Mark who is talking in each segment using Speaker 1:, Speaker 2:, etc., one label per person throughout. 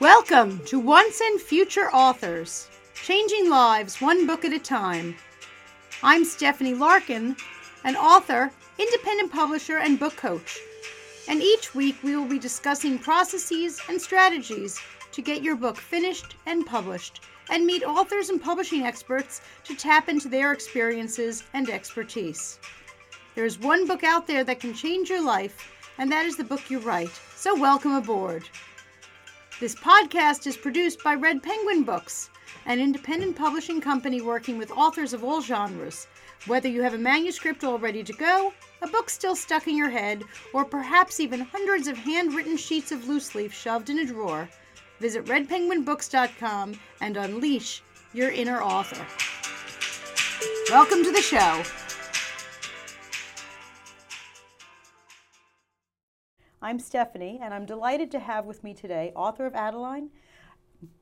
Speaker 1: Welcome to Once and Future Authors, changing lives one book at a time. I'm Stephanie Larkin, an author, independent publisher, and book coach. And each week we will be discussing processes and strategies to get your book finished and published, and meet authors and publishing experts to tap into their experiences and expertise. There is one book out there that can change your life, and that is the book you write. So, welcome aboard. This podcast is produced by Red Penguin Books, an independent publishing company working with authors of all genres. Whether you have a manuscript all ready to go, a book still stuck in your head, or perhaps even hundreds of handwritten sheets of loose leaf shoved in a drawer, visit redpenguinbooks.com and unleash your inner author. Welcome to the show. I'm Stephanie, and I'm delighted to have with me today author of Adeline,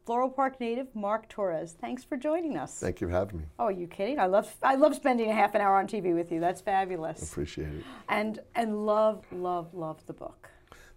Speaker 1: Floral Park native Mark Torres. Thanks for joining us.
Speaker 2: Thank you for having me.
Speaker 1: Oh, are you kidding? I love I love spending a half an hour on TV with you. That's fabulous.
Speaker 2: Appreciate it.
Speaker 1: And and love love love the book.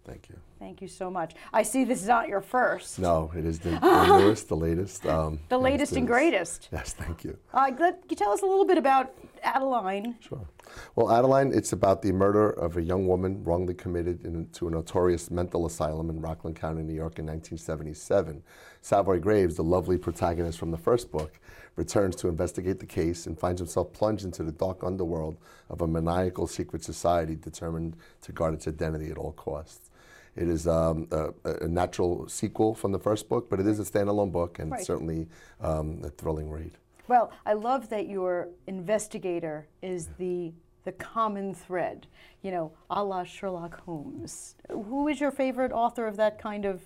Speaker 2: Thank you.
Speaker 1: Thank you so much. I see this is not your first.
Speaker 2: No, it is the, the newest, the latest. Um,
Speaker 1: The
Speaker 2: yes,
Speaker 1: latest and
Speaker 2: it is.
Speaker 1: greatest.
Speaker 2: Yes, thank you.
Speaker 1: Uh, let, can you tell us a little bit about Adeline?
Speaker 2: Sure. Well, Adeline, it's about the murder of a young woman wrongly committed into a notorious mental asylum in Rockland County, New York in 1977. Savoy Graves, the lovely protagonist from the first book, returns to investigate the case and finds himself plunged into the dark underworld of a maniacal secret society determined to guard its identity at all costs. It is um, a, a natural sequel from the first book, but it is a standalone book and
Speaker 1: Right.
Speaker 2: certainly um, a thrilling read.
Speaker 1: Well, I love that your investigator is the the common thread. You know, a la Sherlock Holmes. Who is your favorite author of that kind of?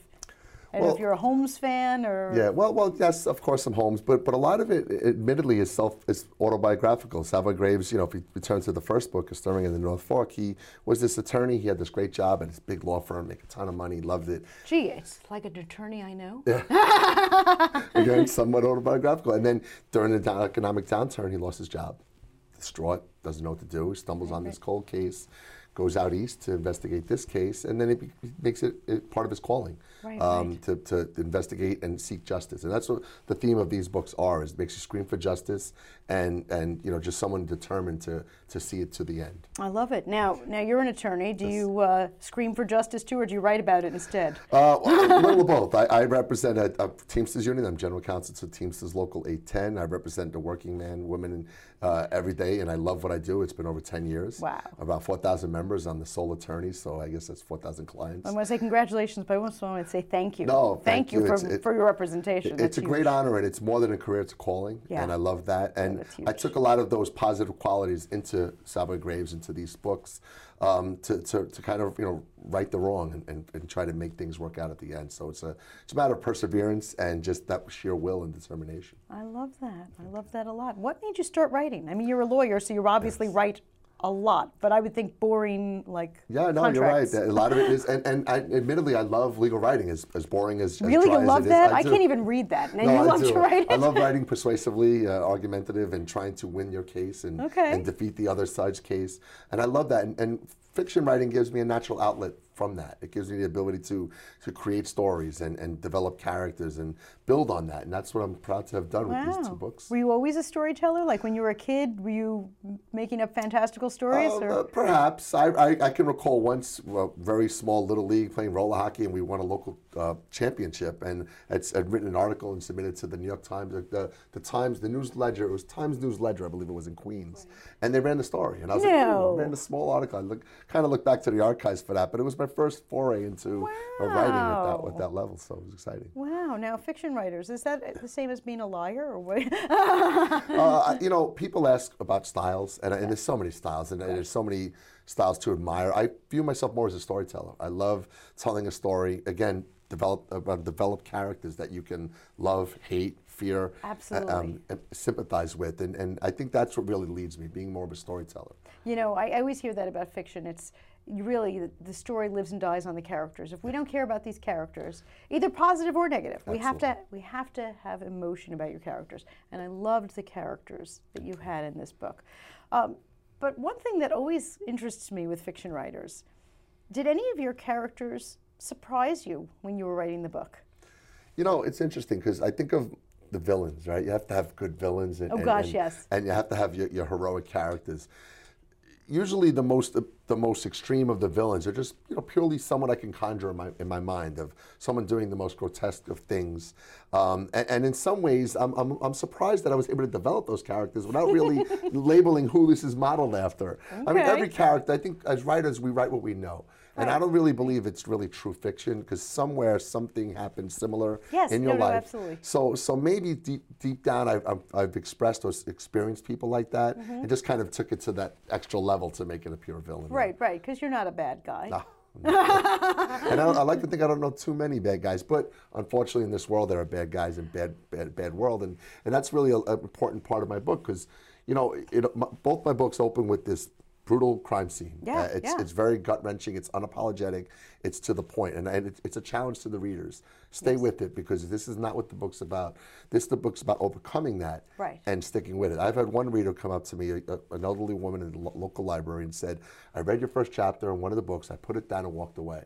Speaker 1: I don't know if
Speaker 2: Well-
Speaker 1: you're a Holmes fan or
Speaker 2: Yeah, well, well, yes, of course, some Holmes, but but a lot of it, admittedly, is self is autobiographical. Savoy Graves, you know, if we return to the first book, A Stirring in the North Fork, he was this attorney. He had this great job at his big law firm, make a ton of money, loved it.
Speaker 1: Gee, it's like an attorney I know.
Speaker 2: Again, somewhat autobiographical. And then during the down- economic downturn, he lost his job. Distraught, doesn't know what to do, stumbles on this cold case, goes out east to investigate this case, and then it be- makes it, it part of his calling um,
Speaker 1: Right, right.
Speaker 2: To, to investigate and seek justice. And that's what the theme of these books are: is it makes you scream for justice, and and you know just someone determined to to see it to the end.
Speaker 1: I love it. Now, now you're an attorney. Do you uh, scream for justice too, or do you write about it instead?
Speaker 2: Uh, well, a little of both. I, I represent a, a Teamsters union. I'm general counsel to Teamsters Local 810. I represent the working man, women uh, every day, and I love what I do. It's been over 10 years.
Speaker 1: Wow.
Speaker 2: About 4,000 members. I'm the sole attorney, so I guess that's 4,000 clients.
Speaker 1: I want to say congratulations, but I also want to say thank you.
Speaker 2: No, thank you.
Speaker 1: for,
Speaker 2: It's- it-
Speaker 1: for your representation.
Speaker 2: It's
Speaker 1: That's
Speaker 2: a
Speaker 1: huge.
Speaker 2: great honor, and it's more than a career; it's a calling,
Speaker 1: Yeah.
Speaker 2: and I love that. And
Speaker 1: that's huge.
Speaker 2: I took a lot of those positive qualities into Savoy Graves, into these books, um, to, to, to kind of you know right the wrong and, and, and try to make things work out at the end. So it's a it's a matter of perseverance and just that sheer will and determination.
Speaker 1: I love that. I love that a lot. What made you start writing? I mean, you're a lawyer, so you obviously write a lot, but I would think boring like
Speaker 2: Yeah, no,
Speaker 1: contracts.
Speaker 2: you're right. That- A lot of it is, and, and I, admittedly, I love legal writing, as, as boring as as
Speaker 1: Really,
Speaker 2: dry
Speaker 1: you
Speaker 2: as
Speaker 1: love
Speaker 2: it is.
Speaker 1: that? I,
Speaker 2: do.
Speaker 1: can't even read that, and then
Speaker 2: No,
Speaker 1: you
Speaker 2: I
Speaker 1: love
Speaker 2: do.
Speaker 1: to write
Speaker 2: I
Speaker 1: it.
Speaker 2: love writing persuasively, uh, argumentative, and trying to win your case and,
Speaker 1: Okay.
Speaker 2: and defeat the other side's case. And I love that. And, and fiction writing gives me a natural outlet from that. It gives me the ability to, to create stories and, and develop characters and build on that. And that's what I'm proud to have done with these two books.
Speaker 1: Were you always a storyteller? Like when you were a kid, were you making up fantastical stories?
Speaker 2: Um,
Speaker 1: or?
Speaker 2: uh, perhaps. I, I, I can recall once a very small little league playing roller hockey, and we won a local uh, championship. And it's, I'd written an article and submitted to the New York Times, the, the, the Times, the News Ledger. It was Times News Ledger, I believe it was in Queens. And they ran the story. And I was like,
Speaker 1: No.
Speaker 2: "Ooh," I ran a small article. I look, kind of looked back to the archives for that, but it was my first foray into uh, writing at that,
Speaker 1: Wow.
Speaker 2: at that level, so it was exciting.
Speaker 1: Wow, now fiction writers, is that the same as being a liar or what?
Speaker 2: uh, you know, people ask about styles, and, and there's so many styles, and there's so many styles to admire. I view myself more as a storyteller. I love telling a story. Again, develop uh, develop characters that you can love, hate, fear, uh,
Speaker 1: Absolutely.
Speaker 2: and sympathize with, and and I think that's what really leads me, being more of a storyteller.
Speaker 1: you know, I, I always hear that about fiction. It's you really the- the story lives and dies on the characters. If we don't care about these characters, either positive or negative, we have to we have to have emotion about your characters. And I loved the characters that you had in this book. Um, but one thing that always interests me with fiction writers, did any of your characters surprise you when you were writing the book?
Speaker 2: You know, it's interesting because I think of the villains, right? You have to have good villains. And,
Speaker 1: Oh,
Speaker 2: and-
Speaker 1: gosh,
Speaker 2: and-
Speaker 1: yes.
Speaker 2: And you have to have your, your heroic characters. Usually, the most the most extreme of the villains are just you know purely someone I can conjure in my in my mind of someone doing the most grotesque of things, um, and, and in some ways I'm, I'm I'm surprised that I was able to develop those characters without really labeling who this is modeled after. I mean,
Speaker 1: Okay.
Speaker 2: every character. I think as writers, we write what we know. And I don't really believe it's really true fiction because somewhere something happened similar
Speaker 1: Yes,
Speaker 2: in your
Speaker 1: no, no,
Speaker 2: life.
Speaker 1: absolutely.
Speaker 2: So, so maybe deep, deep down, I've, I've, I've expressed or s- experienced people like that,
Speaker 1: Mm-hmm.
Speaker 2: and just kind of took it to that extra level to make it a pure villain.
Speaker 1: Right, right, because you're not a bad guy.
Speaker 2: And I, don't- I like to think I don't know too many bad guys, but unfortunately, in this world, there are bad guys and bad, bad, bad world, and and that's really an important part of my book because, you know, it, m both my books open with this brutal crime scene. Uh,
Speaker 1: Yeah,
Speaker 2: it's,
Speaker 1: yeah.
Speaker 2: it's very gut wrenching. It's unapologetic. It's to the point, and, and it's, it's a challenge to the readers. Stay with it because this is not what the book's about. This the book's about overcoming that
Speaker 1: Right.
Speaker 2: and sticking with it. I've had one reader come up to me, a, a- an elderly woman in the lo- local library, and said, "I read your first chapter in one of the books. I put it down and walked away."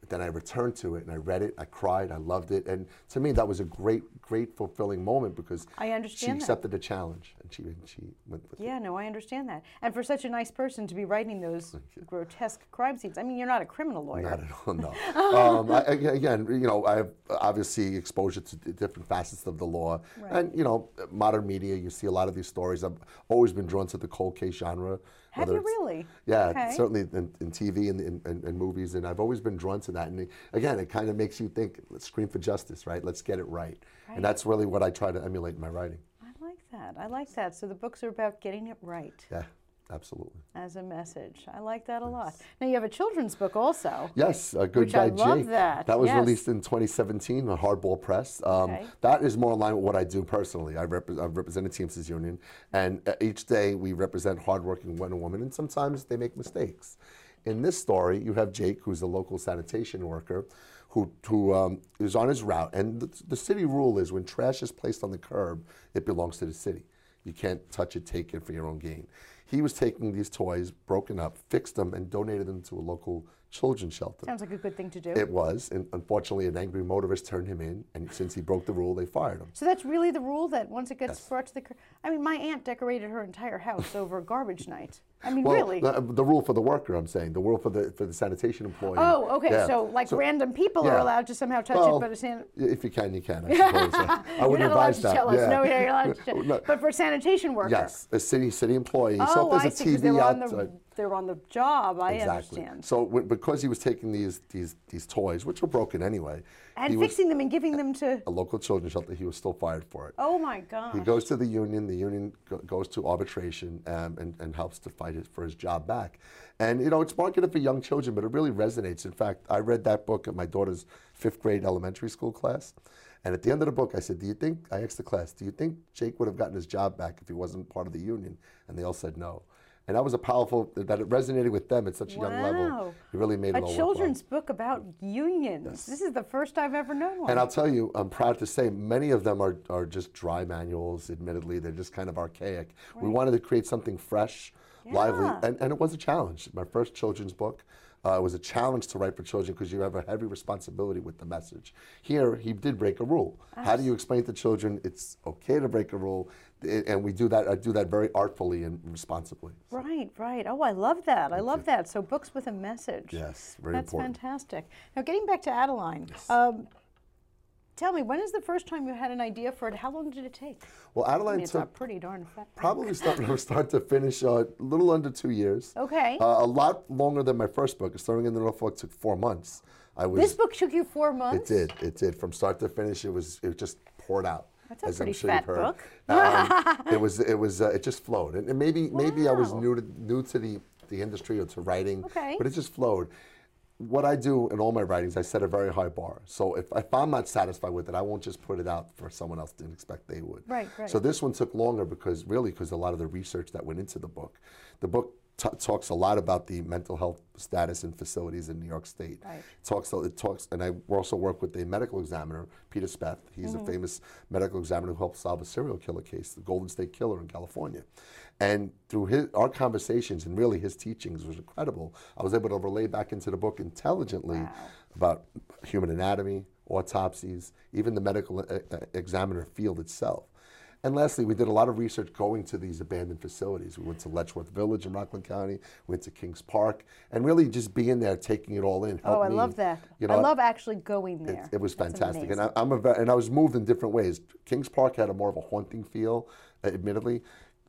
Speaker 2: But then I returned to it and I read it. I cried. I loved it. And to me, that was a great, great, fulfilling moment because
Speaker 1: I understand
Speaker 2: she
Speaker 1: that.
Speaker 2: accepted the challenge and she and she went with it.
Speaker 1: Yeah, no, I understand that. And for such a nice person to be writing those grotesque crime scenes. I mean, you're not a criminal lawyer.
Speaker 2: Not at all. No. um, I, I- again, you know, I have obviously exposure to d- different facets of the law, and you know, modern media. You see a lot of these stories. I've always been drawn to the cold case genre.
Speaker 1: Have
Speaker 2: whether
Speaker 1: you
Speaker 2: it's-
Speaker 1: really?
Speaker 2: Yeah,
Speaker 1: Okay.
Speaker 2: certainly in, in TV and in, in, in movies, and I've always been drawn to that. And it- again, it kind of makes you think. Let's scream for justice, right? Let's get it right. And that's really what I try to emulate in my writing.
Speaker 1: I like that. I like that. So the books are about getting it right
Speaker 2: Yeah, absolutely.
Speaker 1: as a message. I like that a lot. Now you have a children's book also.
Speaker 2: Yes, a good
Speaker 1: Which I
Speaker 2: guy
Speaker 1: love
Speaker 2: Jake.
Speaker 1: that,
Speaker 2: was
Speaker 1: yes.
Speaker 2: released in 2017, a Hardball Press. Um,
Speaker 1: Okay.
Speaker 2: That is more in line with what I do personally. I, repre- I represent a Teamsters union, and uh, each day we represent hardworking men and women, and sometimes they make mistakes. In this story, you have Jake, who's a local sanitation worker, who, who um, is on his route. And the, the city rule is when trash is placed on the curb, it belongs to the city. You can't touch it, take it for your own gain. He was taking these toys, broken up, fixed them, and donated them to a local children's shelter.
Speaker 1: Sounds like a good thing to do.
Speaker 2: It was, and unfortunately, an angry motorist turned him in, and since he broke the rule, they fired him.
Speaker 1: so that's really the rule that once it gets brought to the. cur- I mean, my aunt decorated her entire house over garbage night. I mean,
Speaker 2: Well,
Speaker 1: really.
Speaker 2: the, the rule for the worker, I'm saying, the rule for the for the sanitation employee.
Speaker 1: oh, okay.
Speaker 2: Yeah.
Speaker 1: So like random people are
Speaker 2: yeah.
Speaker 1: allowed to somehow touch
Speaker 2: Well,
Speaker 1: it, but it's in.
Speaker 2: y- if you can, you can. I suppose. I- I
Speaker 1: You're
Speaker 2: wouldn't
Speaker 1: not allowed
Speaker 2: advise
Speaker 1: to
Speaker 2: that.
Speaker 1: tell us.
Speaker 2: yeah.
Speaker 1: No, you're not allowed to.
Speaker 2: No.
Speaker 1: Tell. But for sanitation workers.
Speaker 2: Yes, a city city employee. so
Speaker 1: Oh,
Speaker 2: if there's
Speaker 1: I
Speaker 2: a
Speaker 1: see.
Speaker 2: TV
Speaker 1: Because they're on the
Speaker 2: outside-
Speaker 1: they're on the job. I
Speaker 2: uh, exactly.
Speaker 1: understand.
Speaker 2: So w- because he was taking these these these toys, which were broken anyway,
Speaker 1: And
Speaker 2: he was
Speaker 1: fixing them and giving them to.
Speaker 2: a local children's shelter. He was still fired for it.
Speaker 1: Oh my gosh.
Speaker 2: He goes to the union. The union go- goes to arbitration um, and, and helps to fight it for his job back. And you know, it's marketed for young children, but it really resonates. In fact, I read that book at my daughter's fifth grade elementary school class. And at the end of the book, I said, "Do you think?" I asked the class, "Do you think Jake would have gotten his job back if he wasn't part of the union?" And they all said no. And that was a powerful that it resonated with them at such a young
Speaker 1: Wow.
Speaker 2: level. It really made it
Speaker 1: a
Speaker 2: all worthwhile.
Speaker 1: children's book about unions. This is the first I've ever known one.
Speaker 2: And I'll tell you, I'm proud to say many of them are, are just dry manuals, admittedly. They're just kind of archaic. We wanted to create something fresh, lively,
Speaker 1: Yeah.
Speaker 2: and, and it was a challenge. My first children's book uh, was a challenge to write for children because you have a heavy responsibility with the message. Here, he did break a rule. How do you explain to children it's okay to break a rule? I- And we do that, I do that very artfully and responsibly.
Speaker 1: right, right. Oh, I love that. I love that. So books with a message.
Speaker 2: Yes, very
Speaker 1: That's
Speaker 2: important.
Speaker 1: fantastic. Now, getting back to Adeline. Um, tell me, when is the first time you had an idea for it? How long did it take?
Speaker 2: Well,
Speaker 1: I
Speaker 2: Adeline
Speaker 1: mean, it's a
Speaker 2: took
Speaker 1: pretty darn fat.
Speaker 2: probably start from start to finish, uh, a little under two years.
Speaker 1: Okay.
Speaker 2: Uh, a lot longer than my first book. Starting in the Norfolk took four months. I was.
Speaker 1: this book took you four
Speaker 2: it
Speaker 1: months.
Speaker 2: did. It did. From start to finish, it was. It just poured out.
Speaker 1: That's a
Speaker 2: as I'm
Speaker 1: pretty
Speaker 2: sure you've
Speaker 1: fat
Speaker 2: heard.
Speaker 1: book.
Speaker 2: Um, it was. It was. Uh, it just flowed, and, and maybe maybe I was new to new to the the industry or to writing.
Speaker 1: Okay.
Speaker 2: But it just flowed. What I do in all my writings, I set a very high bar. So if, if I'm not satisfied with it, I won't just put it out for someone else didn't expect they would.
Speaker 1: Right, right.
Speaker 2: So this one took longer because really because a lot of the research that went into the book, the book t- talks a lot about the mental health status in facilities in New York State.
Speaker 1: Right.
Speaker 2: Talks it talks, and I also work with a medical examiner, Peter Speth. He's a famous medical examiner who helped solve a serial killer case, the Golden State Killer in California. And through his, our conversations and really his teachings was incredible. I was able to relay back into the book intelligently about human anatomy, autopsies, even the medical uh, uh, examiner field itself. And lastly, we did a lot of research going to these abandoned facilities. We went to Letchworth Village in Rockland County, went to Kings Park, and really just being there, taking it all in.
Speaker 1: Oh,
Speaker 2: helped
Speaker 1: I
Speaker 2: me,
Speaker 1: love that.
Speaker 2: You know,
Speaker 1: I love actually going there.
Speaker 2: it was
Speaker 1: That's
Speaker 2: fantastic, and
Speaker 1: amazing.
Speaker 2: I, I'm a ve- and I was moved in different ways. Kings Park had a more of a haunting feel, uh, admittedly.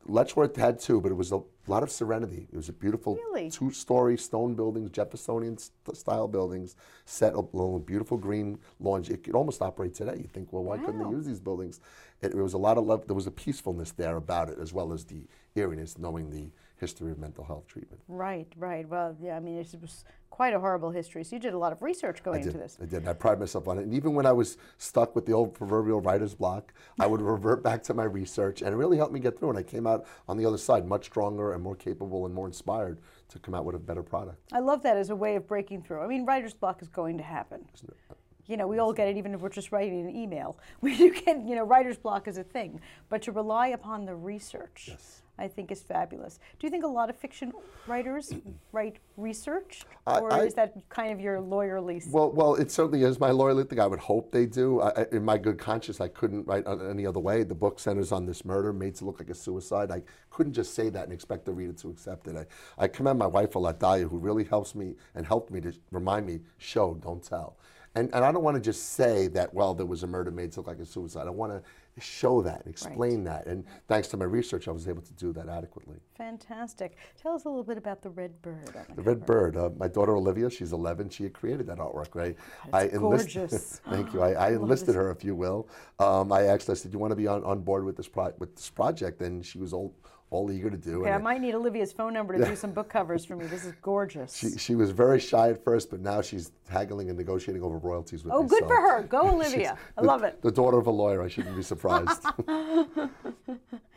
Speaker 2: Letchworth had too, but it was a lot of serenity. It was a beautiful
Speaker 1: Really?
Speaker 2: two-story stone buildings, Jeffersonian st- style buildings, set up along a beautiful green lawns. It could almost operate today. You think, well, why couldn't they use these buildings? It, it was a lot of love. There was a peacefulness there about it, as well as the eeriness, knowing the history of mental health treatment.
Speaker 1: right, right. Well, yeah, I mean, it was quite a horrible history. So you did a lot of research going into this.
Speaker 2: I did. and I pride myself on it. And even when I was stuck with the old proverbial writer's block, I would revert back to my research, and it really helped me get through. And I came out on the other side much stronger and more capable and more inspired to come out with a better product.
Speaker 1: I love that as a way of breaking through. I mean, writer's block is going to happen. You know, we all get it even if we're just writing an email. We do get, you know, writer's block is a thing. But to rely upon the research, I think is fabulous. Do you think a lot of fiction writers write research?
Speaker 2: I-
Speaker 1: or
Speaker 2: I-
Speaker 1: is that kind of your lawyerly s-
Speaker 2: Well, well, it certainly is my loyalty thing. I would hope they do. I, I- in my good conscience, I couldn't write on any other way. The book centers on this murder, made to look like a suicide. I couldn't just say that and expect the reader to accept it. I, I commend my wife, Alatalia, who really helps me and helped me to remind me, show, don't tell. And, and I don't want to just say that, well, there was a murder made to look like a suicide. I want to show that and explain that. And thanks to my research, I was able to do that adequately.
Speaker 1: Fantastic. Tell us a little bit about the red bird. on the
Speaker 2: The Red Bird. Uh, my daughter Olivia, she's 11. She had created that artwork, right? I
Speaker 1: gorgeous.
Speaker 2: thank you. I, I enlisted her, if you will. Um, I asked. her, I said, "You want to be on, on board with this pro- with this project?" And she was all all eager to do.
Speaker 1: Okay, I
Speaker 2: and
Speaker 1: might need Olivia's phone number to do some book covers for me. This is gorgeous.
Speaker 2: she, she was very shy at first, but now she's haggling and negotiating over royalties with
Speaker 1: oh,
Speaker 2: me.
Speaker 1: good
Speaker 2: so
Speaker 1: for her. Go, Olivia. I
Speaker 2: the-
Speaker 1: love it.
Speaker 2: The daughter of a lawyer. I shouldn't be surprised.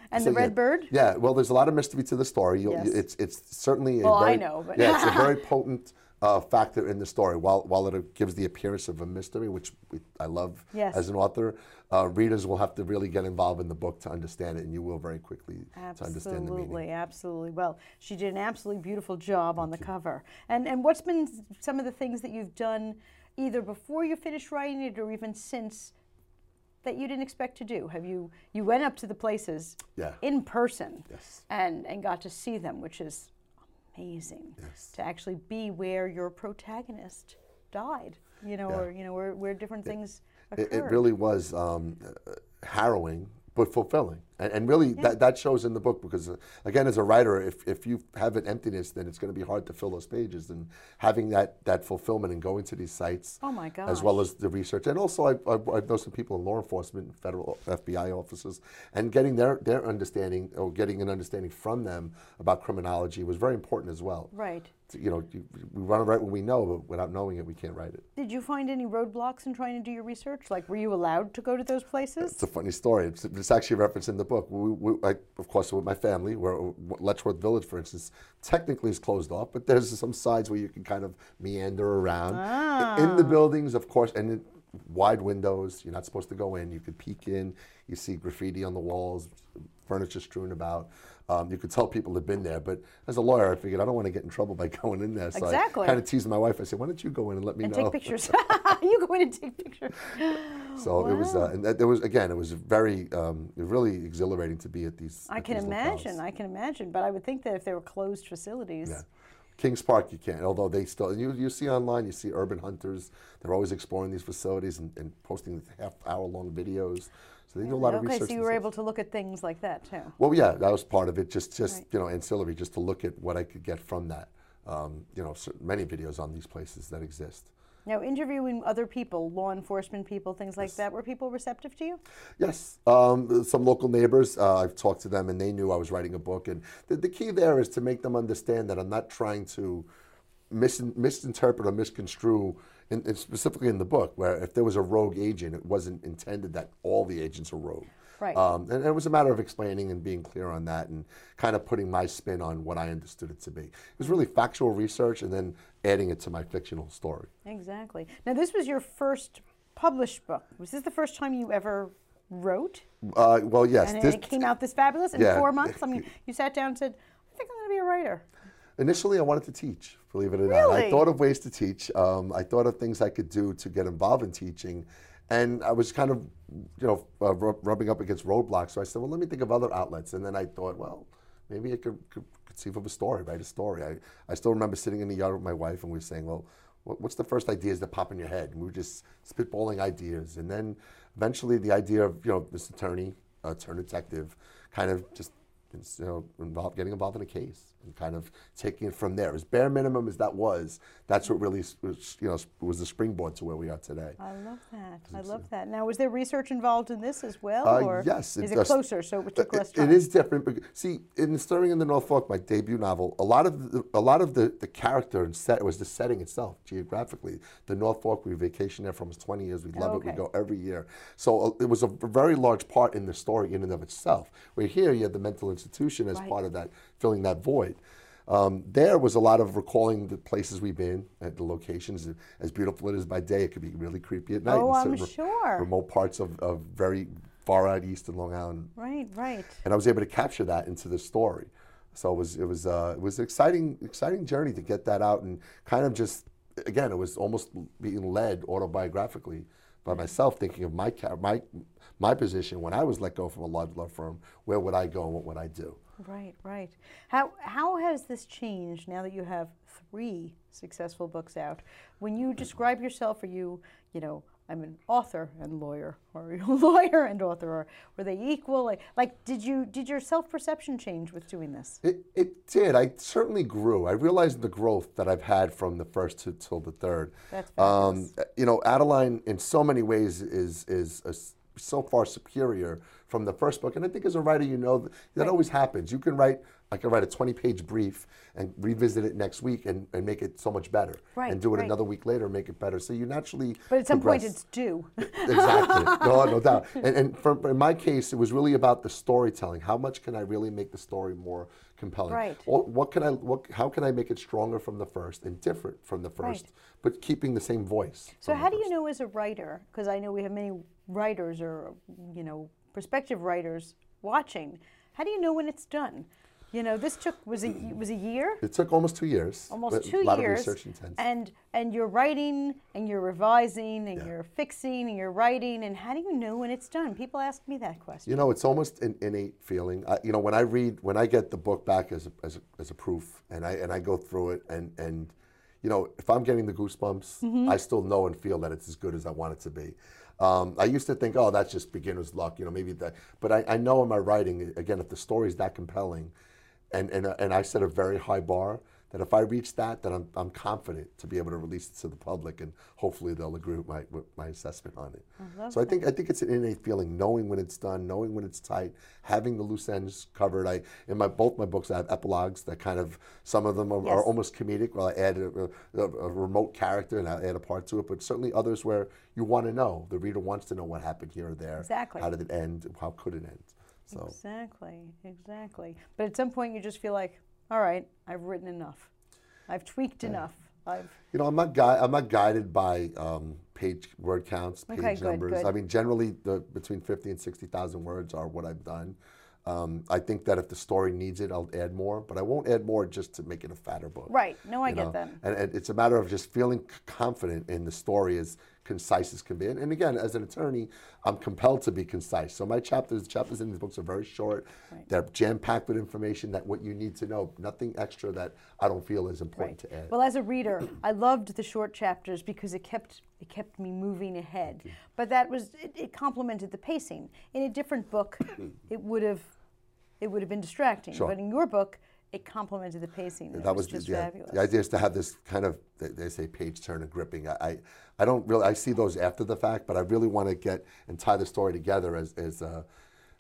Speaker 1: And
Speaker 2: So,
Speaker 1: the red
Speaker 2: yeah.
Speaker 1: bird?
Speaker 2: Yeah. Well, there's a lot of mystery to the story. You'll,
Speaker 1: Yes.
Speaker 2: It's it's certainly.
Speaker 1: Well,
Speaker 2: a
Speaker 1: I
Speaker 2: very,
Speaker 1: know, but-
Speaker 2: yeah, it's a very potent uh, factor in the story. While while it gives the appearance of a mystery, which we, I love
Speaker 1: Yes.
Speaker 2: as an author, uh, readers will have to really get involved in the book to understand it, and you will very quickly to understand the meaning.
Speaker 1: Absolutely, absolutely. Well, she did an absolutely beautiful job on the cover. And and what's been s- some of the things that you've done either before you finished writing it or even since that you didn't expect to do? Have you you went up to the places
Speaker 2: Yeah.
Speaker 1: in person
Speaker 2: Yes.
Speaker 1: and and got to see them, which is amazing. To actually be where your protagonist died, you know, or you know where where different things occur.
Speaker 2: It, it really was um, uh, harrowing, but fulfilling. And, and really, that, that shows in the book because, uh, again, as a writer, if, if you have an emptiness, then it's going to be hard to fill those pages. And having that, that fulfillment and going to these sites,
Speaker 1: Oh my
Speaker 2: as well as the research. And also, I, I, I know some people in law enforcement, federal FBI offices, and getting their, their understanding or getting an understanding from them about criminology was very important as well.
Speaker 1: right.
Speaker 2: You know, you- we want to write what we know, but without knowing it, we can't write it.
Speaker 1: Did you find any roadblocks in trying to do your research? Like, were you allowed to go to those places?
Speaker 2: It's a funny story. It's, it's actually referenced in the book. We, we, I, of course, with my family, where Letchworth Village, for instance, technically is closed off, but there's some sides where you can kind of meander around.
Speaker 1: Ah.
Speaker 2: I- In the buildings, of course, and it, wide windows. You're not supposed to go in. You could peek in. You see graffiti on the walls, furniture strewn about. Um, you could tell people had been there, but as a lawyer, I figured I don't want to get in trouble by going in there. So
Speaker 1: Exactly.
Speaker 2: I kind of teased my wife. I said, "Why don't you go in and let me
Speaker 1: And
Speaker 2: know?"
Speaker 1: take pictures. you go in and take pictures.
Speaker 2: So it was, uh, and that, there was again, it was very, um, really exhilarating to be at these.
Speaker 1: I
Speaker 2: at
Speaker 1: can
Speaker 2: these locales.
Speaker 1: imagine. I can imagine. But I would think that if they were closed facilities,
Speaker 2: Yeah. Kings Park, you can't. Although they still, you, you see online, you see urban hunters. They're always exploring these facilities and, and posting half hour long videos. So they do a lot of
Speaker 1: okay,
Speaker 2: research.
Speaker 1: so you were
Speaker 2: themselves.
Speaker 1: able to look at things like that too.
Speaker 2: Well, yeah, that was part of it. Just, just you know, ancillary, just to look at what I could get from that. Um, you know, cer- many videos on these places that exist.
Speaker 1: Now, interviewing other people, law enforcement people, things like that, were people receptive to you?
Speaker 2: Yes, um, some local neighbors. Uh, I've talked to them, and they knew I was writing a book. And the, the key there is to make them understand that I'm not trying to mis- misinterpret or misconstrue, and, and specifically in the book, where if there was a rogue agent, it wasn't intended that all the agents are rogue.
Speaker 1: Right.
Speaker 2: Um, and, and it was a matter of explaining and being clear on that, and kind of putting my spin on what I understood it to be. It was really factual research, and then adding it to my fictional story.
Speaker 1: Exactly. Now, this was your first published book. Was this the first time you ever wrote,
Speaker 2: Uh, well, yes.
Speaker 1: and then
Speaker 2: this,
Speaker 1: it came out this fabulous in
Speaker 2: Yeah.
Speaker 1: four months. I mean, you sat down and said, "I think I'm going to be a writer."
Speaker 2: Initially, I wanted to teach, believe it or not. I
Speaker 1: Really?
Speaker 2: thought of ways to teach. Um, I thought of things I could do to get involved in teaching. And I was kind of, you know, uh, rub- rubbing up against roadblocks. So I said, well, let me think of other outlets. And then I thought, well, maybe I could, could conceive of a story, write a story. I, I still remember sitting in the yard with my wife and we were saying, well, what, what's the first ideas that pop in your head? And we were just spitballing ideas. And then eventually the idea of, you know, this attorney, uh, turn detective, kind of just and s- you know, involved, getting involved in a case and kind of taking it from there. As bare minimum as that was, that's what really, s- was, you know, s- was the springboard to where we are today.
Speaker 1: I love that. I love that. Now, was there research involved in this as well,
Speaker 2: Uh,
Speaker 1: or
Speaker 2: yes,
Speaker 1: is
Speaker 2: it
Speaker 1: it
Speaker 2: does-
Speaker 1: closer? So it took
Speaker 2: It-
Speaker 1: less
Speaker 2: it-
Speaker 1: time.
Speaker 2: it is different. But see, in *Stirring in the North Fork*, my debut novel, a lot of the, a lot of the, the character and set was the setting itself geographically. The North Fork, we vacation there for almost 20 years. We love it. We
Speaker 1: Okay.
Speaker 2: go every year. So uh, it was a very large part in the story in and of itself. Where here, you had the mental institution as part of that, filling that void. Um, there was a lot of recalling the places we've been, at the locations. As beautiful it is by day, it could be really creepy at night.
Speaker 1: Oh,
Speaker 2: in
Speaker 1: I'm
Speaker 2: certain re-
Speaker 1: sure.
Speaker 2: Remote parts of, of very far out east and Long Island
Speaker 1: Right, right.
Speaker 2: and I was able to capture that into the story. So it was it was uh, it was an exciting exciting journey to get that out and kind of just again it was almost being led autobiographically by myself thinking of my ca- my my position when I was let go from a large law firm where would I go and what would I do
Speaker 1: Right, right. How how has this changed now that you have three successful books out? When you describe yourself, are you you know I'm an author and lawyer, or are you a lawyer and author, or were they equal? Like like did you did your self perception change with doing this?
Speaker 2: It, it did. I certainly grew. I realized the growth that I've had from the first to till the third.
Speaker 1: That's
Speaker 2: um, You know, Adeline, in so many ways, is is a s so far superior from the first book. And I think as a writer, you know th- that always happens. You can write. I can write a 20-page brief and revisit it next week and, and make it so much better.
Speaker 1: Right,
Speaker 2: And do it
Speaker 1: right.
Speaker 2: another week later and make it better. So you naturally.
Speaker 1: But at some point,
Speaker 2: progress
Speaker 1: it's due.
Speaker 2: exactly. No, no doubt. And, and for, in my case, it was really about the storytelling. How much can I really make the story more compelling?
Speaker 1: Right.
Speaker 2: Or what can I? What? How can I make it stronger from the first and different from the first, but keeping the same voice?
Speaker 1: So
Speaker 2: from the
Speaker 1: how do you
Speaker 2: first?
Speaker 1: know as a writer? Because I know we have many writers or you know prospective writers watching. How do you know when it's done? You know, this took was a was a year,
Speaker 2: It took almost two years.
Speaker 1: almost
Speaker 2: but
Speaker 1: two
Speaker 2: A lot
Speaker 1: years,
Speaker 2: of research intense.
Speaker 1: and and you're writing and you're revising and you're fixing and you're writing. And how do you know when it's done? People ask me that question.
Speaker 2: You know, it's almost an innate feeling. I, you know, when I read, when I get the book back as a, as a, as a proof, and I and I go through it, and and you know, if I'm getting the goosebumps, I still know and feel that it's as good as I want it to be. Um, I used to think, oh, that's just beginner's luck, you know, maybe that. But I, I know in my writing, again, if the story is that compelling, and and uh, and I set a very high bar. That if I reach that, then I'm, I'm confident to be able to release it to the public, and hopefully they'll agree with my with my assessment on it. so I think I think it's an innate feeling, knowing when it's done, knowing when it's tight, having the loose ends covered. I in my both my books I have epilogues that kind of some of them are, are
Speaker 1: Yes.
Speaker 2: almost comedic. Where I add a, a, a remote character and I add a part to it, but certainly others where you want to know, the reader wants to know what happened here or there.
Speaker 1: Exactly.
Speaker 2: How did it end? How could it end? So.
Speaker 1: Exactly, exactly. But at some point, you just feel like, all right, I've written enough, I've tweaked enough, I've
Speaker 2: You know, I'm not gui- I'm not guided by um, page word counts, page
Speaker 1: Okay, good,
Speaker 2: numbers.
Speaker 1: good.
Speaker 2: I mean, generally, the between fifty and sixty thousand words are what I've done. Um, I think that if the story needs it, I'll add more, but I won't add more just to make it a fatter book.
Speaker 1: right. No, I
Speaker 2: you
Speaker 1: get
Speaker 2: know?
Speaker 1: that.
Speaker 2: And, and it's a matter of just feeling c- confident in the story as concise as can be. And, and again, as an attorney, I'm compelled to be concise. So my chapters, chapters in these books are very short. They're jam packed with information that what you need to know. Nothing extra that I don't feel is important to add.
Speaker 1: Well, as a reader, I loved the short chapters because it kept it kept me moving ahead. But that was it, it complemented the pacing. In a different book, it would have it would have been distracting. But in your book, it complemented the pacing. and it
Speaker 2: that was,
Speaker 1: just
Speaker 2: the, yeah,
Speaker 1: fabulous.
Speaker 2: the idea is to have this kind of they, they say page turner gripping. I, I I don't really I see those after the fact, but I really want to get and tie the story together as as uh,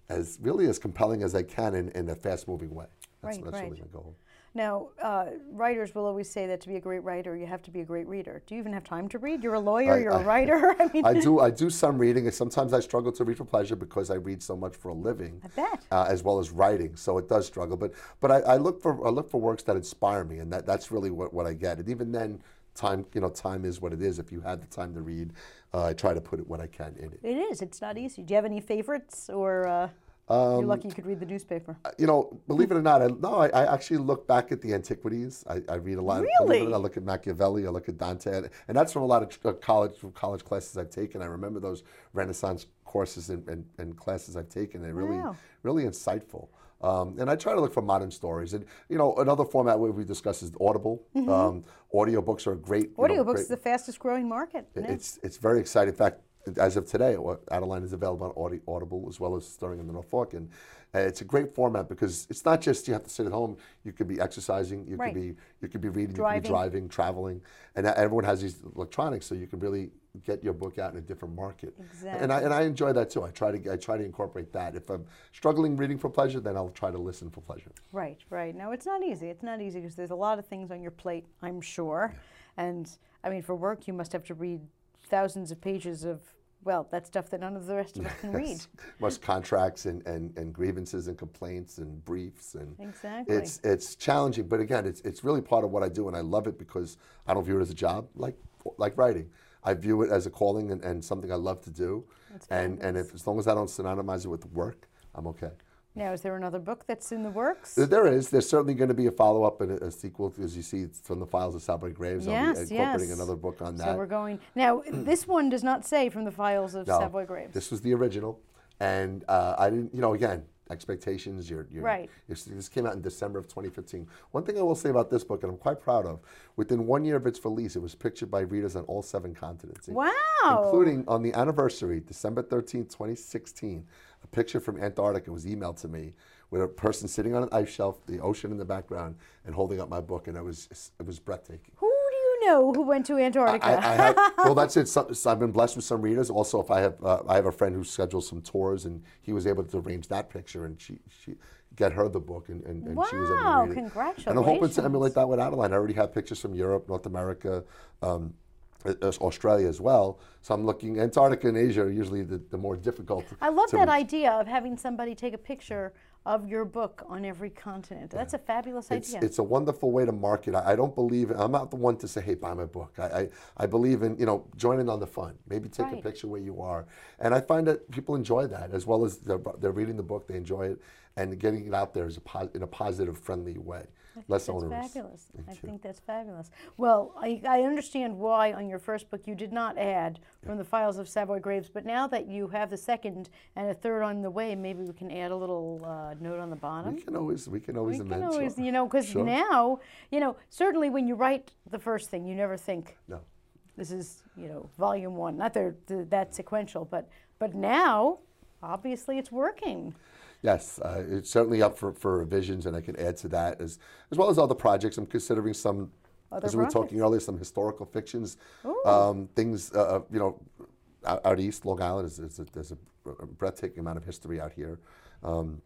Speaker 2: as really as compelling as I can in, in a fast moving way. That's,
Speaker 1: Right,
Speaker 2: that's really
Speaker 1: right.
Speaker 2: my goal.
Speaker 1: Now, uh, writers will always say that to be a great writer, you have to be a great reader. Do you even have time to read? You're a lawyer. you're a writer. I mean,
Speaker 2: I do I do some reading, and sometimes I struggle to read for pleasure because I read so much for a living,
Speaker 1: I bet.
Speaker 2: uh, as well as writing. So it does struggle, but but I, I look for I look for works that inspire me, and that, that's really what, what I get. And even then, time, you know, time is what it is. If you had the time to read, uh, I try to put what I can in it.
Speaker 1: It is. It's not easy. Do you have any favorites, or uh, you're
Speaker 2: Um,
Speaker 1: lucky you could read the newspaper?
Speaker 2: you know, believe it or not, I, no, I, I actually look back at the antiquities. I, I read a lot. Believe it or
Speaker 1: Really?
Speaker 2: not, I look at Machiavelli. I look at Dante, and, and that's from a lot of tr- uh, college college classes I've taken. I remember those Renaissance courses and, and, and classes I've taken. They're really
Speaker 1: Wow.
Speaker 2: really insightful. Um, and I try to look for modern stories. And you know, another format we we discuss is Audible. Um, audiobooks are a great. you know,
Speaker 1: Mm-hmm. Audiobooks
Speaker 2: great-
Speaker 1: is the fastest growing market. now.
Speaker 2: it's it's very exciting. In fact, as of today, Au- Adeline is available on Audi, Audible as well as Stirring in the North Fork, and uh, it's a great format because it's not just you have to sit at home. You could be exercising, you
Speaker 1: Right.
Speaker 2: could be you could be reading, you could be
Speaker 1: Driving.
Speaker 2: driving, traveling, and now everyone has these electronics, so you can really get your book out in a different market. And I and I enjoy that too. I try to I try to incorporate that. If I'm struggling reading for pleasure, then I'll try to listen for pleasure.
Speaker 1: Right, right. No, it's not easy. It's not easy because there's a lot of things on your plate, I'm sure. And I mean, for work, you must have to read thousands of pages of, well, that stuff that none of the rest of us can read.
Speaker 2: Most contracts and, and, and grievances and complaints and briefs and
Speaker 1: Exactly.
Speaker 2: it's it's challenging, but again, it's it's really part of what I do, and I love it because I don't view it as a job like like writing. I view it as a calling and, and something I love to do, and and if, as long as I don't synonymize it with work, I'm okay.
Speaker 1: Now, is there another book that's in the works?
Speaker 2: There- There is. There's certainly going to be a follow up and a, a sequel, as you see it's from the files of Salbury Graves. I'll
Speaker 1: Yes,
Speaker 2: be incorporating
Speaker 1: yes.
Speaker 2: another book on that.
Speaker 1: So we're going. Now, this one does not say from the files of
Speaker 2: No,
Speaker 1: Savoy Graves.
Speaker 2: This was the original, and uh, I didn't. You know, again, expectations. You're, you're
Speaker 1: Right.
Speaker 2: you're- this came out in December of 2015. One thing I will say about this book, and I'm quite proud of, within one year of its release, it was pictured by readers on all seven continents. in-
Speaker 1: wow.
Speaker 2: Including on the anniversary, December 13, 2016, a picture from Antarctica was emailed to me with a person sitting on an ice shelf, the ocean in the background, and holding up my book, and it was it was breathtaking.
Speaker 1: Who do you know who went to Antarctica?
Speaker 2: I, I have, well, that's it. Some, so I've been blessed with some readers. Also, if I have, uh, I have a friend who schedules some tours, and he was able to arrange that picture, and she, she get her the book, and, and, and she was able to
Speaker 1: Wow,
Speaker 2: read it. And I'm hoping to
Speaker 1: congratulations.
Speaker 2: emulate that with Adeline. I already have pictures from Europe, North America, um, uh, uh, Australia as well. So I'm looking. Antarctica and Asia are usually the, the more difficult.
Speaker 1: I love
Speaker 2: to
Speaker 1: that
Speaker 2: reach.
Speaker 1: idea of having somebody take a picture of your book on every continent. That's a fabulous
Speaker 2: It's,
Speaker 1: idea.
Speaker 2: it's a wonderful way to market. I, I don't believe I'm not the one to say, "Hey, buy my book." I, I, I believe in you know joining on the fun. Maybe take a
Speaker 1: Right.
Speaker 2: picture where you are, and I find that people enjoy that as well as they're, they're reading the book. They enjoy it, and getting it out there is a pos- in a positive, friendly way, less
Speaker 1: That's
Speaker 2: onerous.
Speaker 1: fabulous. I think that's fabulous. Well, I, I understand why on your first book you did not add from the files of Savoy Graves, but now that you have the second and a third on the way, maybe we can add a little uh, note on the bottom.
Speaker 2: We can always we can always
Speaker 1: We can
Speaker 2: amend. sure.
Speaker 1: always, you know, because
Speaker 2: Sure.
Speaker 1: now, you know, certainly when you write the first thing, you never think
Speaker 2: No.
Speaker 1: this is, you know, volume one. Not that th- that sequential, but but now, obviously, it's working.
Speaker 2: Yes, uh, it's certainly up for, for revisions, and I can add to that as as well as other projects. I'm considering some,
Speaker 1: Other
Speaker 2: as we were talking earlier, some historical fictions, um, things uh, uh, you know, out, out east, Long Island. Is, is a, there's a breathtaking amount of history out here, um,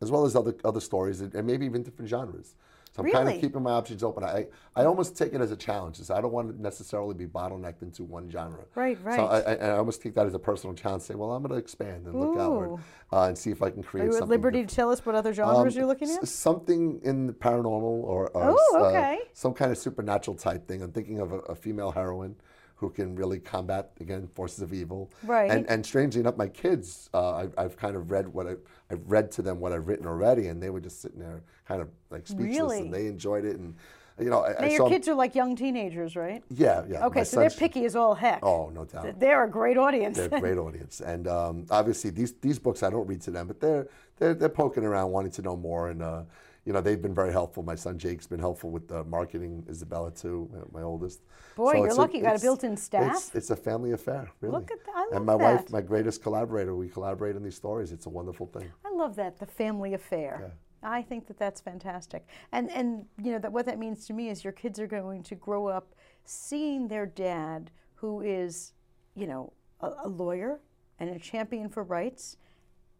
Speaker 2: as well as other other stories, and, and maybe even different genres. So I'm kind of
Speaker 1: Really?
Speaker 2: keeping my options open. I, I almost take it as a challenge. is I don't want to necessarily be bottlenecked into one genre.
Speaker 1: Right, right.
Speaker 2: So I, I, I almost take that as a personal challenge. Say, well, I'm going to expand and look outward
Speaker 1: Ooh.
Speaker 2: uh, and see if I can create
Speaker 1: Are you at
Speaker 2: something
Speaker 1: liberty
Speaker 2: different.
Speaker 1: to tell us what other genres
Speaker 2: Um,
Speaker 1: you're looking
Speaker 2: s-
Speaker 1: at?
Speaker 2: Something in the paranormal or, or
Speaker 1: Oh,
Speaker 2: s- uh,
Speaker 1: okay.
Speaker 2: some kind of supernatural type thing. I'm thinking of a, a female heroine who can really combat again forces of evil.
Speaker 1: Right.
Speaker 2: And and strangely enough, my kids, uh, I, I've kind of read what I, I've read to them what I've written already, and they were just sitting there kind of like speechless,
Speaker 1: Really?
Speaker 2: and they enjoyed it. And you know, I,
Speaker 1: Now,
Speaker 2: I
Speaker 1: your
Speaker 2: saw
Speaker 1: kids are like young teenagers, right?
Speaker 2: yeah, yeah. my
Speaker 1: Okay, so they're
Speaker 2: son's-
Speaker 1: picky as all heck.
Speaker 2: Oh, no doubt.
Speaker 1: They're a great audience.
Speaker 2: They're a great audience, and um, obviously these these books I don't read to them, but they're they're, they're poking around, wanting to know more, and uh, you know they've been very helpful. My son Jake's been helpful with the marketing. Isabella too, my- my oldest.
Speaker 1: Boy, you're
Speaker 2: it's
Speaker 1: lucky you got a
Speaker 2: it's-
Speaker 1: built-in
Speaker 2: it's- It's,
Speaker 1: staff.
Speaker 2: a family affair, really.
Speaker 1: at that. I
Speaker 2: and
Speaker 1: love
Speaker 2: my wife,
Speaker 1: that.
Speaker 2: my greatest collaborator, we collaborate on these stories. It's a wonderful thing.
Speaker 1: I love that the family affair. I think that that's fantastic, and and you know that what that means to me is your kids are going to grow up seeing their dad, who is, you know, a, a lawyer and a champion for rights,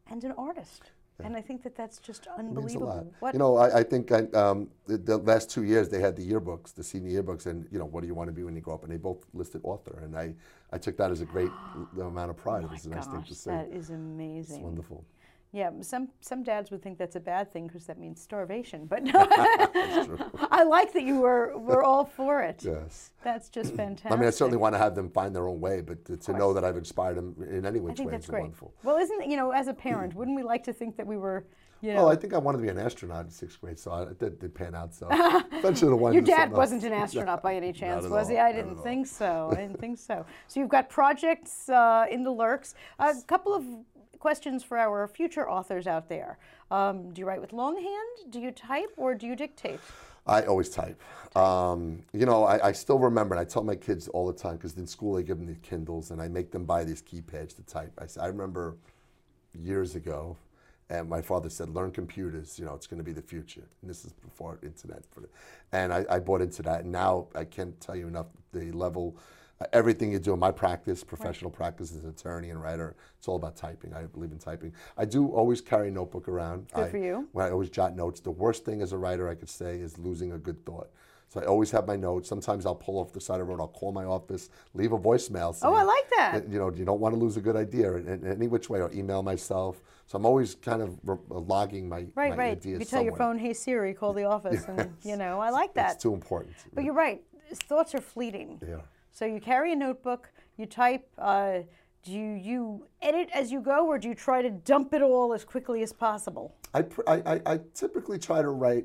Speaker 1: and an artist, and I think that that's just
Speaker 2: means a
Speaker 1: unbelievable.
Speaker 2: lot.
Speaker 1: What
Speaker 2: You know, I, I think I, um, the, the last two years they had the yearbooks, the senior yearbooks, and you know, what do you want to be when you grow up? And they both listed author, and I, I took that as a great l- amount of pride. it was a nice thing
Speaker 1: Oh gosh,
Speaker 2: to say.
Speaker 1: that is amazing.
Speaker 2: Wonderful.
Speaker 1: Yeah, some some dads would think that's a bad thing because that means starvation. But no, I like that you were were all for it.
Speaker 2: Yes.
Speaker 1: That's just fantastic.
Speaker 2: I mean, I certainly want to have them find their own way, but to, to know that I've inspired them in any
Speaker 1: I
Speaker 2: which
Speaker 1: think
Speaker 2: way
Speaker 1: that's
Speaker 2: is
Speaker 1: great.
Speaker 2: wonderful.
Speaker 1: Well, isn't you know, as a parent, wouldn't we like to think that we were, you know,
Speaker 2: Well, I think I wanted to be an astronaut in sixth grade, so I, that did pan out. So essentially, the one
Speaker 1: your
Speaker 2: who said
Speaker 1: dad
Speaker 2: no.
Speaker 1: wasn't an astronaut by any chance,
Speaker 2: at
Speaker 1: was he?
Speaker 2: all,
Speaker 1: I
Speaker 2: not
Speaker 1: didn't
Speaker 2: at
Speaker 1: think so. I didn't think so. So you've got projects uh, in the lurks. A couple of questions for our future authors out there. Um, do you write with longhand? Do you type or do you dictate?
Speaker 2: I always type. Um, you know, I, I still remember, and I tell my kids all the time because in school I give them the Kindles and I make them buy these keypads to type. I, s- I remember years ago, and my father said, "Learn computers. You know, it's going to be the future." And this is before internet. For the- And I, I bought into that. And now I can't tell you enough the level. uh, Everything you do in my practice, professional practice as an attorney and writer, it's all about typing. I believe in typing. I do always carry a notebook around.
Speaker 1: Good
Speaker 2: I-
Speaker 1: for you.
Speaker 2: when I always jot notes. The worst thing as a writer I could say is losing a good thought. So I always have my notes. Sometimes I'll pull off the side of the road. I'll call my office, leave a voicemail.
Speaker 1: Oh, I
Speaker 2: saying,
Speaker 1: like that.
Speaker 2: You know, you don't want to lose a good idea in, in any which way, or email myself. So I'm always kind of re- logging my,
Speaker 1: Right,
Speaker 2: my
Speaker 1: right.
Speaker 2: ideas
Speaker 1: You tell your
Speaker 2: somewhere.
Speaker 1: phone, "Hey Siri, call the office," and you know, I like that.
Speaker 2: It's too important.
Speaker 1: But you're right. Thoughts are fleeting.
Speaker 2: Yeah.
Speaker 1: So you carry a notebook. You type. Uh, do you edit as you go, or do you try to dump it all as quickly as possible?
Speaker 2: I, pr- I, I, I typically try to write.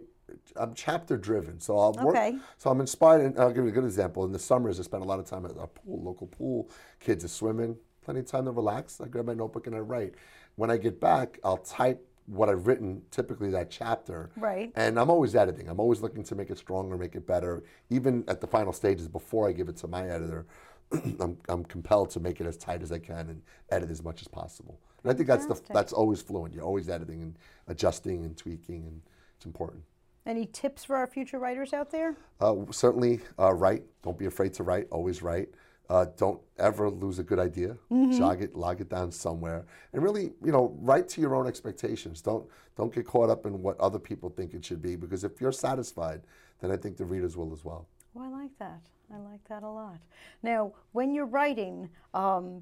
Speaker 2: I'm chapter driven, so I'll work.
Speaker 1: Okay.
Speaker 2: So I'm inspired, and I'll give you a good example. In the summers, I spend a lot of time at a pool, local pool. Kids are swimming, plenty of time to relax. I grab my notebook and I write. When I get back, I'll type what I've written, typically that chapter.
Speaker 1: Right.
Speaker 2: And I'm always editing. I'm always looking to make it stronger, make it better. Even at the final stages, before I give it to my editor, I'm, I'm compelled to make it as tight as I can and edit as much as possible. And I think that's the that's always fluent. You're always editing and adjusting and tweaking, and it's important.
Speaker 1: Any tips for our future writers out there?
Speaker 2: Uh, certainly, uh, write. Don't be afraid to write. Always write. Uh, don't ever lose a good idea. Jog it, log it down somewhere, and really, you know, write to your own expectations. Don't don't get caught up in what other people think it should be, because if you're satisfied, then I think the readers will as well.
Speaker 1: Oh, I like that. I like that a lot. Now, when you're writing, um,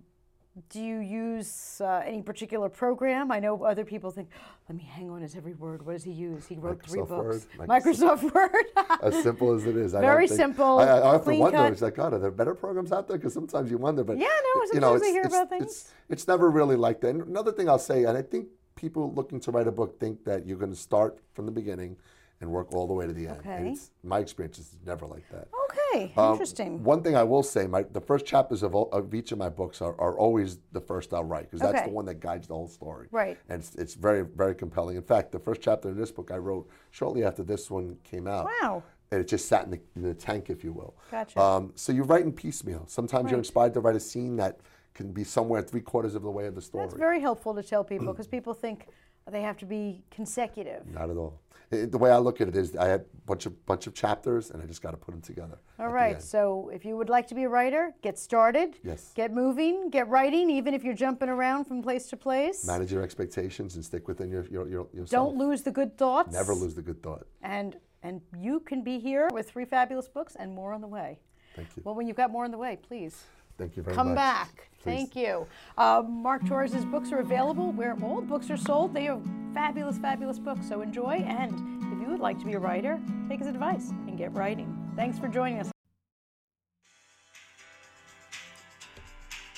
Speaker 1: do you use uh, any particular program? I know other people think, let me hang on his every word. What does he use? He wrote three
Speaker 2: Microsoft
Speaker 1: books.
Speaker 2: Word,
Speaker 1: Microsoft Word.
Speaker 2: As simple as it is. I
Speaker 1: Very
Speaker 2: don't think,
Speaker 1: simple,
Speaker 2: I, I often
Speaker 1: clean
Speaker 2: wonder.
Speaker 1: cut.
Speaker 2: It's like, God, are there better programs out there? Because sometimes you wonder. But
Speaker 1: Yeah, no,
Speaker 2: you
Speaker 1: sometimes
Speaker 2: know,
Speaker 1: I
Speaker 2: it's-
Speaker 1: hear
Speaker 2: it's-
Speaker 1: about things.
Speaker 2: It's, it's never really like that. And another thing I'll say, and I think people looking to write a book think that you're going to start from the beginning and work all the way to the end. And
Speaker 1: Okay.
Speaker 2: it's, my experience is never like that.
Speaker 1: okay,
Speaker 2: Um,
Speaker 1: interesting.
Speaker 2: One thing I will say, my the first chapters of, all, of each of my books are, are always the first I'll write because that's
Speaker 1: Okay.
Speaker 2: the one that guides the whole story.
Speaker 1: Right.
Speaker 2: And it's, it's very very compelling. In fact, the first chapter in this book I wrote shortly after this one came out.
Speaker 1: Wow.
Speaker 2: And it just sat in the, in the tank, if you will.
Speaker 1: Gotcha.
Speaker 2: Um, so you write in piecemeal. Sometimes you're inspired to write a scene that can be somewhere three quarters of the way of the story.
Speaker 1: That's very helpful to tell people because people think they have to be consecutive.
Speaker 2: Not at all. I- the way I look at it is, I have a bunch of bunch of chapters, and I just got to put them together.
Speaker 1: All
Speaker 2: at the
Speaker 1: right.
Speaker 2: end.
Speaker 1: So if you would like to be a writer, get started.
Speaker 2: Yes.
Speaker 1: Get moving. Get writing, even if you're jumping around from place to place.
Speaker 2: Manage your expectations and stick within your your, your yourself.
Speaker 1: Don't lose the good thoughts.
Speaker 2: Never lose the good thought.
Speaker 1: And and you can be here with three fabulous books and more on the way.
Speaker 2: Thank you.
Speaker 1: Well, when you've got more on the way, please
Speaker 2: Thank you very
Speaker 1: come
Speaker 2: much.
Speaker 1: back. Thank you. Um, Mark Torres's books are available where all books are sold. They are fabulous, fabulous books. So enjoy. And if you would like to be a writer, take his advice and get writing. Thanks for joining us.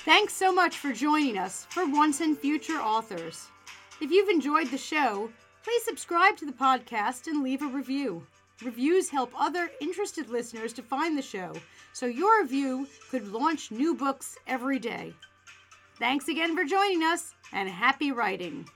Speaker 3: Thanks so much for joining us for Once and Future Authors. If you've enjoyed the show, please subscribe to the podcast and leave a review. Reviews help other interested listeners to find the show, so your review could launch new books every day. Thanks again for joining us, and happy writing!